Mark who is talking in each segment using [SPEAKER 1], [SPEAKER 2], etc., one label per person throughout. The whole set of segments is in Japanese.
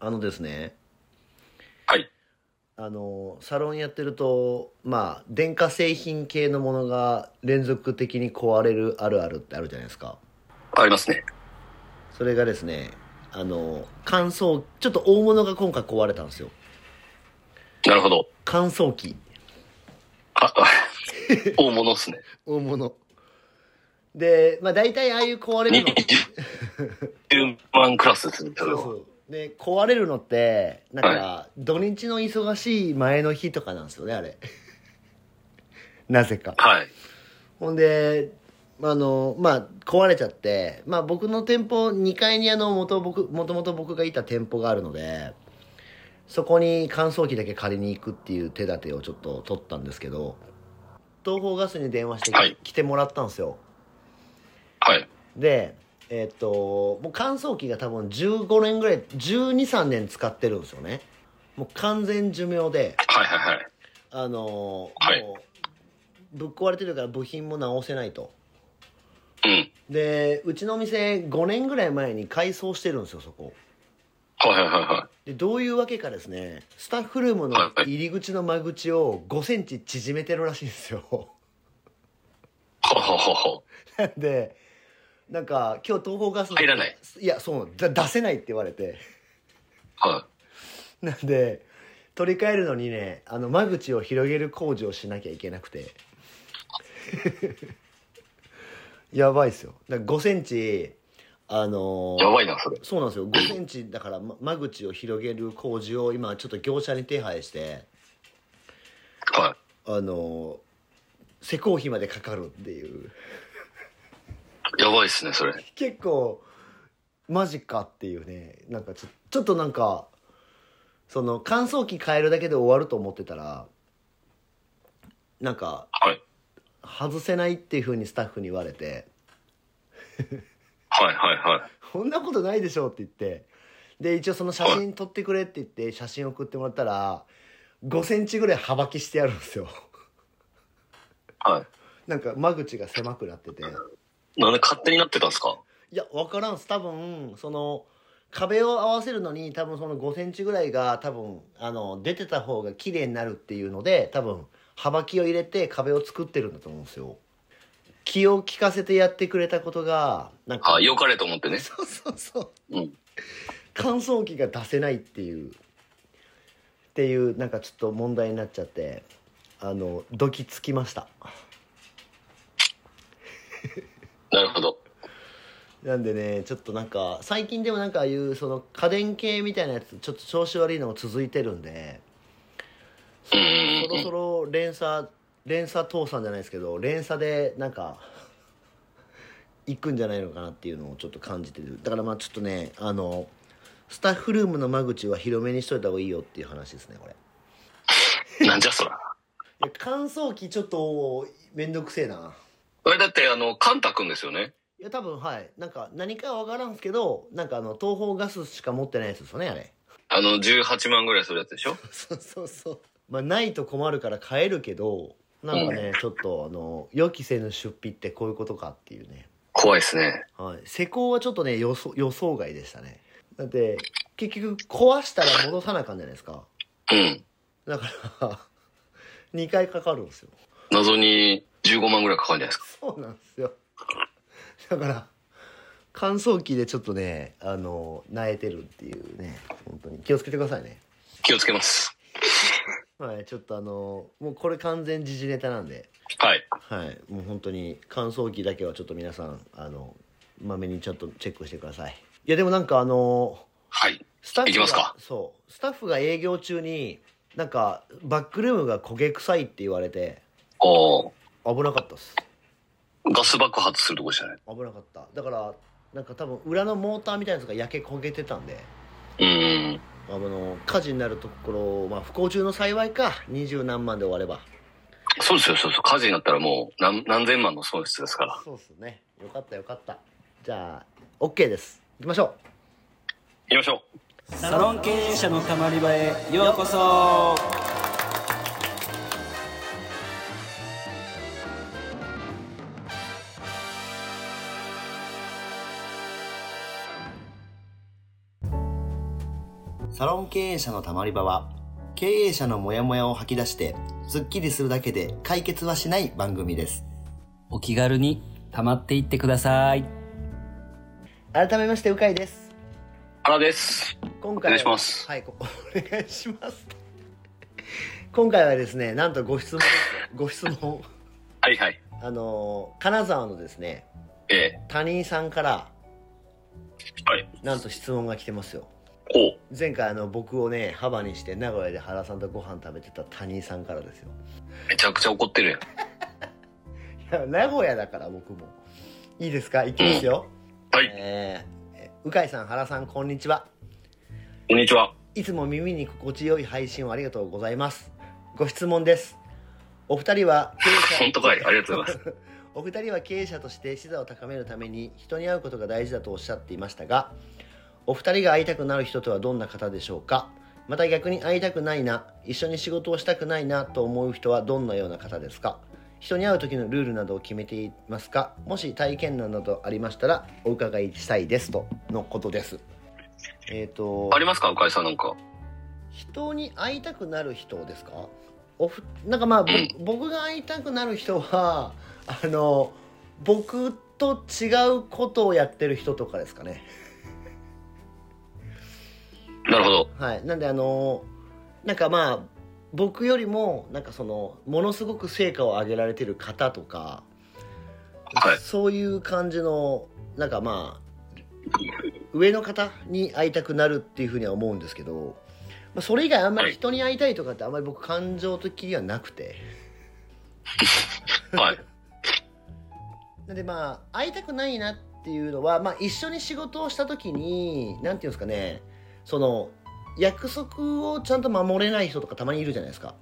[SPEAKER 1] あのですね、
[SPEAKER 2] はい。
[SPEAKER 1] あの、サロンやってると、まあ、電化製品系のものが連続的に壊れるあるあるってあるじゃないですか。
[SPEAKER 2] ありますね。
[SPEAKER 1] それがですね、あの、乾燥、ちょっと大物が今回壊れたんですよ。
[SPEAKER 2] なるほど。
[SPEAKER 1] 乾燥機。
[SPEAKER 2] あ、 あ大物っすね。
[SPEAKER 1] 大物。で、まあ大体ああいう壊れるのって
[SPEAKER 2] 20万クラスですね。そ
[SPEAKER 1] そ
[SPEAKER 2] れ
[SPEAKER 1] う
[SPEAKER 2] は
[SPEAKER 1] そうで壊れるのってだから土日の忙しい前の日とかなんですよねあれ なぜか
[SPEAKER 2] はい。
[SPEAKER 1] ほんであのまあ壊れちゃってまあ僕の店舗2階にあの元僕もともと僕がいた店舗があるのでそこに乾燥機だけ借りに行くっていう手立てをちょっと取ったんですけど東邦ガスに電話してき、
[SPEAKER 2] はい
[SPEAKER 1] 来てもらったんですよ
[SPEAKER 2] はい。
[SPEAKER 1] でえっともう乾燥機が多分15年ぐらい123年使ってるんですよねもう完全寿命で
[SPEAKER 2] はいはいはい。
[SPEAKER 1] あのー
[SPEAKER 2] はい
[SPEAKER 1] もうぶっ壊れてるから部品も直せないと
[SPEAKER 2] うん。
[SPEAKER 1] でうちのお店5年ぐらい前に改装してるんですよそこ
[SPEAKER 2] はいはいはいは
[SPEAKER 1] でどういうわけかですねスタッフルームの入り口の間口を5センチ縮めてるらしいんですよ
[SPEAKER 2] い。はははは。
[SPEAKER 1] なんでなんか今日東方ガスの
[SPEAKER 2] 入らない
[SPEAKER 1] いやそうなのだ出せないって言われて
[SPEAKER 2] は
[SPEAKER 1] なんで取り替えるのにねあの間口を広げる工事をしなきゃいけなく てやばいっすよだから5センチあの
[SPEAKER 2] い。
[SPEAKER 1] ー
[SPEAKER 2] やばいな、それ。
[SPEAKER 1] そうなんですよ5センチだからま間口を広げる工事を今ちょっと業者に手配して
[SPEAKER 2] は
[SPEAKER 1] あのー施工費までかかるっていう
[SPEAKER 2] い。やばいっすね、それ。
[SPEAKER 1] 結構マジかっていうねなんかちょちょっとなんかその乾燥機変えるだけで終わると思ってたらなんか
[SPEAKER 2] はい。
[SPEAKER 1] 外せないっていうふうにスタッフに言われて
[SPEAKER 2] はいはいはい。
[SPEAKER 1] 「こんなことないでしょ」って言ってで一応その写真撮ってくれって言って写真送ってもらったら5センチぐらい幅きしてやるんですよ
[SPEAKER 2] は
[SPEAKER 1] なんか間口が狭くなってて
[SPEAKER 2] い。なんで勝手になってたんですか
[SPEAKER 1] いや分からんっす多分その壁を合わせるのに多分その5センチぐらいが多分あの出てた方が綺麗になるっていうので多分幅木を入れて壁を作ってるんだと思うんですよ気を利かせてやってくれたことがなんか、
[SPEAKER 2] あ、良かれと思ってね。
[SPEAKER 1] そうそうそう
[SPEAKER 2] うん。
[SPEAKER 1] 乾燥機が出せないっていうっていうなんかちょっと問題になっちゃってあのドキつきました
[SPEAKER 2] なるほど。
[SPEAKER 1] なんでねちょっとなんか最近でもなんかああいうその家電系みたいなやつちょっと調子悪いのも続いてるんで
[SPEAKER 2] う
[SPEAKER 1] そ
[SPEAKER 2] んうんう
[SPEAKER 1] ろ
[SPEAKER 2] ん。
[SPEAKER 1] そろ連鎖連鎖倒産じゃないですけど連鎖でなんか行くんじゃないのかなっていうのをちょっと感じてるだからまあちょっとねあのスタッフルームの間口は広めにしといた方がいいよっていう話ですねこれ
[SPEAKER 2] なんじゃそら。
[SPEAKER 1] いや乾燥機ちょっとめんどくせえな
[SPEAKER 2] これだって、あの、カンタ君ですよね。
[SPEAKER 1] いや多分はいなんか何かは分からんすけどなんかあの東方ガスしか持ってないやつですよねあれ
[SPEAKER 2] あの、18万ぐらいするやつでしょ
[SPEAKER 1] そうそうそうまあないと困るから買えるけどなんかね、ちょっとあの予期せぬ出費ってこういうことかっていうね、
[SPEAKER 2] 怖いですね。
[SPEAKER 1] はい、施工はちょっとね予想予想外でしたねだって結局壊したら戻さなあかんじゃないですか
[SPEAKER 2] うん。
[SPEAKER 1] だから 2回かかるんですよ
[SPEAKER 2] 謎に15万ぐらいかかるんじゃないですか。
[SPEAKER 1] そうなんですよだから乾燥機でちょっとねあの萎えてるっていうね本当に気をつけてくださいね
[SPEAKER 2] 気をつけます。
[SPEAKER 1] はいちょっとあのもうこれ完全時事ネタなんで
[SPEAKER 2] はい。
[SPEAKER 1] はいもう本当に乾燥機だけはちょっと皆さんあのまめにちょっとチェックしてくださいいやでもなんかあの
[SPEAKER 2] はい。
[SPEAKER 1] スタッフが
[SPEAKER 2] いきますか
[SPEAKER 1] そうスタッフが営業中になんかバックルームが焦げ臭いって言われて
[SPEAKER 2] おー
[SPEAKER 1] 危なかったっす
[SPEAKER 2] ガス爆発するとこじゃない。
[SPEAKER 1] 危なかっただからなんか多分裏のモーターみたいなやつが焼け焦げてたんで
[SPEAKER 2] うん。
[SPEAKER 1] あの火事になるところ、まあ、不幸中の幸いか二十何万で終われば
[SPEAKER 2] そうですよ、そうですよ。火事になったらもう何何千万の損失ですから。
[SPEAKER 1] そうっすねよかったよかったじゃあ OK です行きましょ
[SPEAKER 2] 行きましょう。
[SPEAKER 3] サロン経営者のたまり場へようこそ
[SPEAKER 1] サロン経営者のたまり場は経営者のモヤモヤを吐き出してスッキリするだけで解決はしない番組です
[SPEAKER 3] お気軽に溜まっていってください
[SPEAKER 1] 改めましてうかいです
[SPEAKER 2] 原です。
[SPEAKER 1] 今
[SPEAKER 2] お
[SPEAKER 1] 回は
[SPEAKER 2] 願いします
[SPEAKER 1] はいこお願いします今回はですねなんとご質問ですご質問
[SPEAKER 2] はいはい。
[SPEAKER 1] あの金沢のですね
[SPEAKER 2] え
[SPEAKER 1] 谷井さんから
[SPEAKER 2] ー、はい。
[SPEAKER 1] なんと質問が来てますよ
[SPEAKER 2] ほう。
[SPEAKER 1] 前回あの僕をね幅にして名古屋で原さんとご飯食べてた谷井さんからですよ
[SPEAKER 2] めちゃくちゃ怒ってるやん。
[SPEAKER 1] いや名古屋だから僕もいいですかいきますよ、
[SPEAKER 2] はい。
[SPEAKER 1] えーえうかいさん原さんこんにちは
[SPEAKER 2] こんにちは。
[SPEAKER 1] いつも耳に心地よい配信をありがとうございますご質問ですお二人 は経営
[SPEAKER 2] 本当かい。ありがとうございます。
[SPEAKER 1] お二人は経営者として視座を高めるために人に会うことが大事だとおっしゃっていましたがお二人が会いたくなる人とはどんな方でしょうかまた逆に会いたくないな一緒に仕事をしたくないなと思う人はどんなような方ですか人に会う時のルールなどを決めていますかもし体験談などありましたらお伺いしたいですとのことですえっ、と
[SPEAKER 2] ありますかうかいさんなんか。
[SPEAKER 1] 人に会いたくなる人ですかおふなんかまあ、ぼ
[SPEAKER 2] うん
[SPEAKER 1] 僕が会いたくなる人はあの僕と違うことをやってる人とかですかね
[SPEAKER 2] なるほど。
[SPEAKER 1] はいなんであのなんかまあ僕よりもなんかそのものすごく成果を上げられてる方とか、
[SPEAKER 2] はい
[SPEAKER 1] そういう感じのなんかまあ上の方に会いたくなるっていうふうには思うんですけど、まあ、それ以外あんまり人に会いたいとかってあんまり僕感情的にはなくて
[SPEAKER 2] はい。
[SPEAKER 1] なんでまあ会いたくないなっていうのは、まあ、一緒に仕事をした時になんていうんですかねその約束をちゃんと守れない人とかたまにいるじゃないですか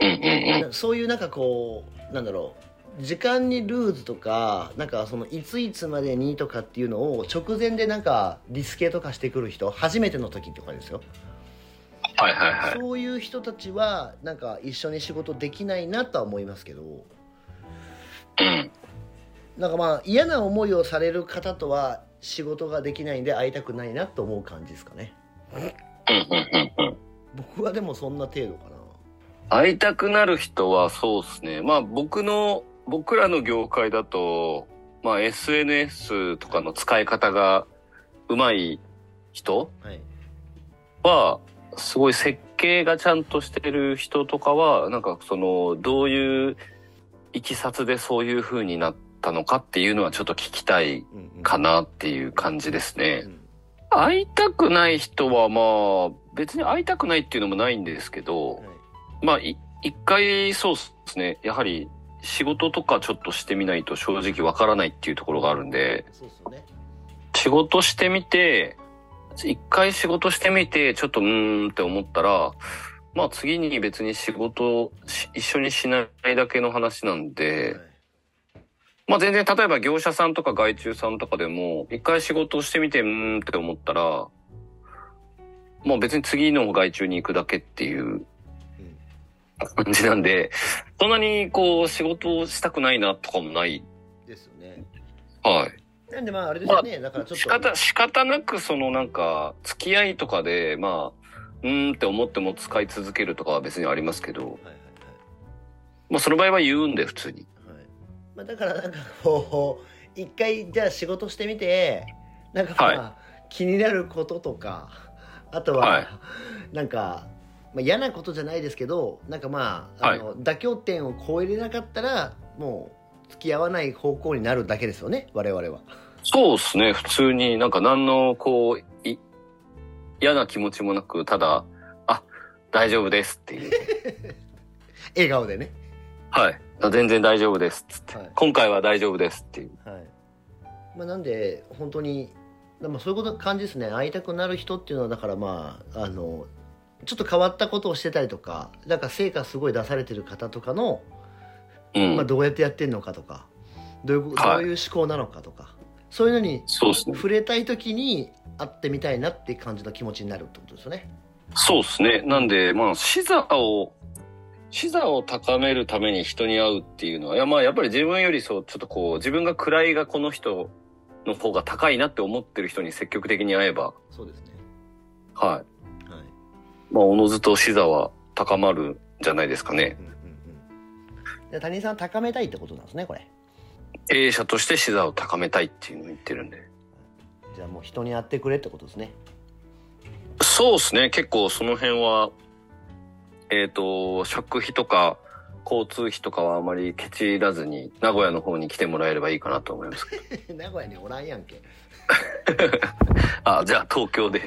[SPEAKER 2] うんうんうん。
[SPEAKER 1] そういうなんかこうなんだろう時間にルーズとかなんかそのいついつまでにとかっていうのを直前でなんかリスケとかしてくる人初めての時とかですよ
[SPEAKER 2] はいはいはい。
[SPEAKER 1] そういう人たちはなんか一緒に仕事できないなとは思いますけど
[SPEAKER 2] うん。
[SPEAKER 1] なんかまあ嫌な思いをされる方とは仕事ができないんで会いたくないなと思う感じですかね
[SPEAKER 2] うんうんうんうん。
[SPEAKER 1] 僕はでもそんな程度かな
[SPEAKER 2] 会いたくなる人はそうですね。まあ僕の、僕らの業界だと、まあ SNS とかの使い方が上手い人
[SPEAKER 1] はい
[SPEAKER 2] は、すごい設計がちゃんとしてる人とかは、なんかその、どういういきさつでそういう風になったのかっていうのはちょっと聞きた
[SPEAKER 1] う
[SPEAKER 2] い
[SPEAKER 1] んうん
[SPEAKER 2] かなっていう感じですね
[SPEAKER 1] う。ん
[SPEAKER 2] 会いたくない人はまあ、別に会いたくないっていうのもないんですけど
[SPEAKER 1] はい、
[SPEAKER 2] まあ、い一回そうですね。やはり仕事とかちょっとしてみないと正直わからないっていうところがあるんで、
[SPEAKER 1] そうっすよね
[SPEAKER 2] 仕事してみて、一回仕事してみて、ちょっとうーんって思ったら、まあ次に別に仕事をし一緒にしないだけの話なんで
[SPEAKER 1] は、
[SPEAKER 2] まあ全然例えば業者さんとか外注さんとかでも、一回仕事をしてみて、うーんって思ったら、もう別に次の外注に行くだけってい
[SPEAKER 1] い
[SPEAKER 2] う
[SPEAKER 1] うん
[SPEAKER 2] 感じなんで、そんなにこう仕事をしたくないなとかもない。
[SPEAKER 1] ですよね
[SPEAKER 2] はい。
[SPEAKER 1] なんでまああれですよねだからちょっと
[SPEAKER 2] 仕方、仕方なくそのなんか、付き合いとかで、まあ、うーんって思っても使い続けるとかは別にありますけど、
[SPEAKER 1] はいはいはい
[SPEAKER 2] まあその場合は言うんで普通に。
[SPEAKER 1] はいまあ、だからなんかこう一回じゃあ仕事してみてなんかまあ、気になることとかあとは、
[SPEAKER 2] はい
[SPEAKER 1] なんか、まあ、嫌なことじゃないですけどなんかまああの、妥協点を超えれなかったらもう付き合わない方向になるだけですよね我々は。
[SPEAKER 2] そうですね、普通になんか何のこう、い嫌な気持ちもなく、ただ、あ、大丈夫ですって いう。
[SPEAKER 1] 笑顔でね。
[SPEAKER 2] はい。あ全然大丈夫ですっつって、
[SPEAKER 1] はい
[SPEAKER 2] 今回は大丈夫ですっていう。
[SPEAKER 1] はいまあ、なんで本当にまあそういうこと感じですね会いたくなる人っていうのはだからまああのちょっと変わったことをしてたりとかなんか成果すごい出されてる方とかの、
[SPEAKER 2] うん。
[SPEAKER 1] まあ、どうやってやってんのかとかどういう,、
[SPEAKER 2] はい
[SPEAKER 1] どういう思考なのかとかそういうのに
[SPEAKER 2] そうですね。
[SPEAKER 1] 触れたい時に会ってみたいなって感じの気持ちになるってことですよね。
[SPEAKER 2] そうですね。なんで、まあ、視座を、視座を高めるために人に会うっていうのは、いや、まあ、やっぱり自分よりそう、ちょっとこう、自分が位がこの人の方が高いなって思ってる人に積極的に会えば、
[SPEAKER 1] そうですね。
[SPEAKER 2] は
[SPEAKER 1] はい
[SPEAKER 2] い。まあ、おのずと視座は高まるんじゃないですかね。
[SPEAKER 1] うんうんうんで谷井さんを高めたいってことなんですねこれ
[SPEAKER 2] 経営者として視座を高めたいっていうのを言ってるんで。
[SPEAKER 1] じゃあもう人にやってくれってことですね
[SPEAKER 2] そうですね。結構その辺は、えっ、と、食費とか、交通費とかはあまりケチらずに、名古屋の方に来てもらえればいいかなと思います。
[SPEAKER 1] 名古屋におらんやんけ
[SPEAKER 2] あ、じゃあ東京で。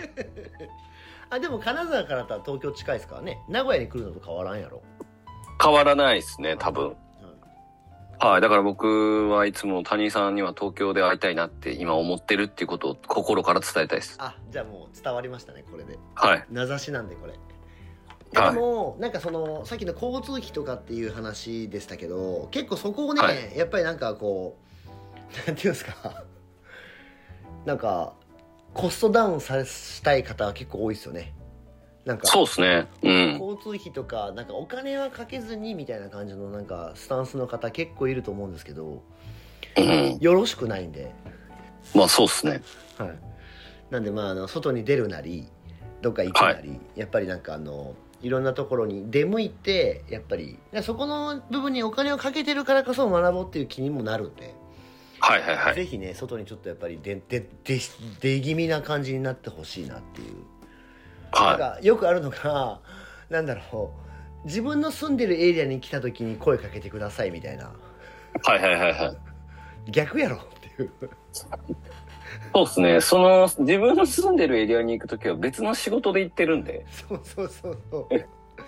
[SPEAKER 1] あでも金沢からだったら東京近いですからね名古屋に来るのと変わらんやろ、
[SPEAKER 2] 変わらないですね、多分。
[SPEAKER 1] うん
[SPEAKER 2] はい。だから僕はいつも谷井さんには東京で会いたいなって今思ってるっていうことを心から伝えたいです。
[SPEAKER 1] あじゃあもう伝わりましたねこれで
[SPEAKER 2] はい。
[SPEAKER 1] 名指しなんでこれで
[SPEAKER 2] はい
[SPEAKER 1] も、なんかそのさっきの交通費とかっていう話でしたけど結構そこをね、
[SPEAKER 2] は
[SPEAKER 1] やっぱりなんかこうなんていうんですか なんかコストダウンさしたい方は結構多いですよねなんか
[SPEAKER 2] そうですね。うん。
[SPEAKER 1] 交通費とかなんかお金はかけずにみたいな感じのなんかスタンスの方結構いると思うんですけど
[SPEAKER 2] うん。
[SPEAKER 1] よろしくないんで、
[SPEAKER 2] まあそうですね。
[SPEAKER 1] はい、なんでまああの外に出るなりどっか行くなり、やっぱりなんかあのいろんなところに出向いてやっぱりそこの部分にお金をかけてるからこそ学ぼうっていう気にもなるんで、
[SPEAKER 2] はいはいはい。
[SPEAKER 1] ぜひね外にちょっとやっぱり出出出出気味な感じになってほしいなっていうなん
[SPEAKER 2] は。
[SPEAKER 1] かよくあるのがなんだろう自分の住んでるエリアに来た時に声かけてくださいみたいない
[SPEAKER 2] はいはいはいはい。
[SPEAKER 1] 逆やろっていう
[SPEAKER 2] そうですね。その、自分の住んでるエリアに行くときは別の仕事で行ってるんで、
[SPEAKER 1] そうそうそうそう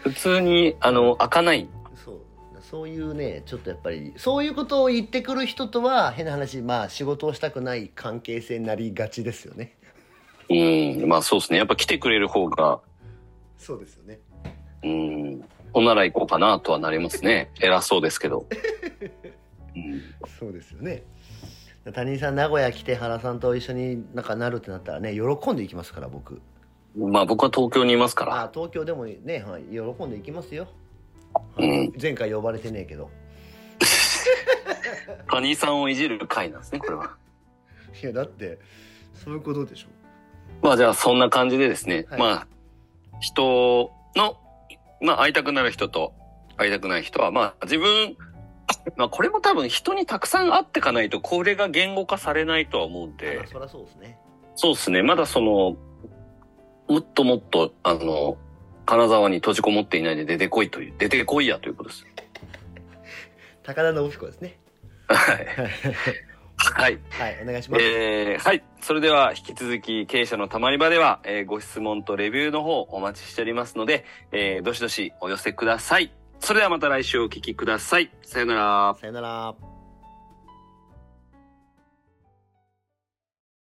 [SPEAKER 2] 普通に、あの、開かない。
[SPEAKER 1] そうそういうねちょっとやっぱりそういうことを言ってくる人とは変な話まあ仕事をしたくない関係性になりがちですよね
[SPEAKER 2] うん。まあそうですね。やっぱ来てくれる方が、
[SPEAKER 1] そうですよね
[SPEAKER 2] うん。おなら行こうかなとはなりますね。偉そうですけど。うん
[SPEAKER 1] そうですよね谷井さん名古屋来て原さんと一緒になんかなるってなったらね喜んでいきますから僕
[SPEAKER 2] まあ僕は東京にいますから。
[SPEAKER 1] あ東京でもね、はい、喜んでいきますよ、
[SPEAKER 2] うん
[SPEAKER 1] 前回呼ばれてねえけど
[SPEAKER 2] 谷井さんをいじる回なんですね、これは。
[SPEAKER 1] いやだってそういうことでしょ
[SPEAKER 2] まあじゃあそんな感じでですね、
[SPEAKER 1] はい
[SPEAKER 2] まあ人の、まあ会いたくなる人と会いたくない人は、まあ自分、まあこれも多分人にたくさん会ってかないとこれが言語化されないとは思うん
[SPEAKER 1] ま
[SPEAKER 2] で
[SPEAKER 1] あ、そりゃそうですね
[SPEAKER 2] そうですね、まだその、もっともっと、あの、金沢に閉じこもっていないで出てこいという、出てこいやということです。
[SPEAKER 1] 高田信彦ですね
[SPEAKER 2] はい。はい。
[SPEAKER 1] はいお願いします、
[SPEAKER 2] えーはい。それでは、引き続き、経営者のたまり場では、えーご質問とレビューの方お待ちしておりますので、えーどしどしお寄せください。それではまた来週お聞きください。さよなら。
[SPEAKER 1] さよなら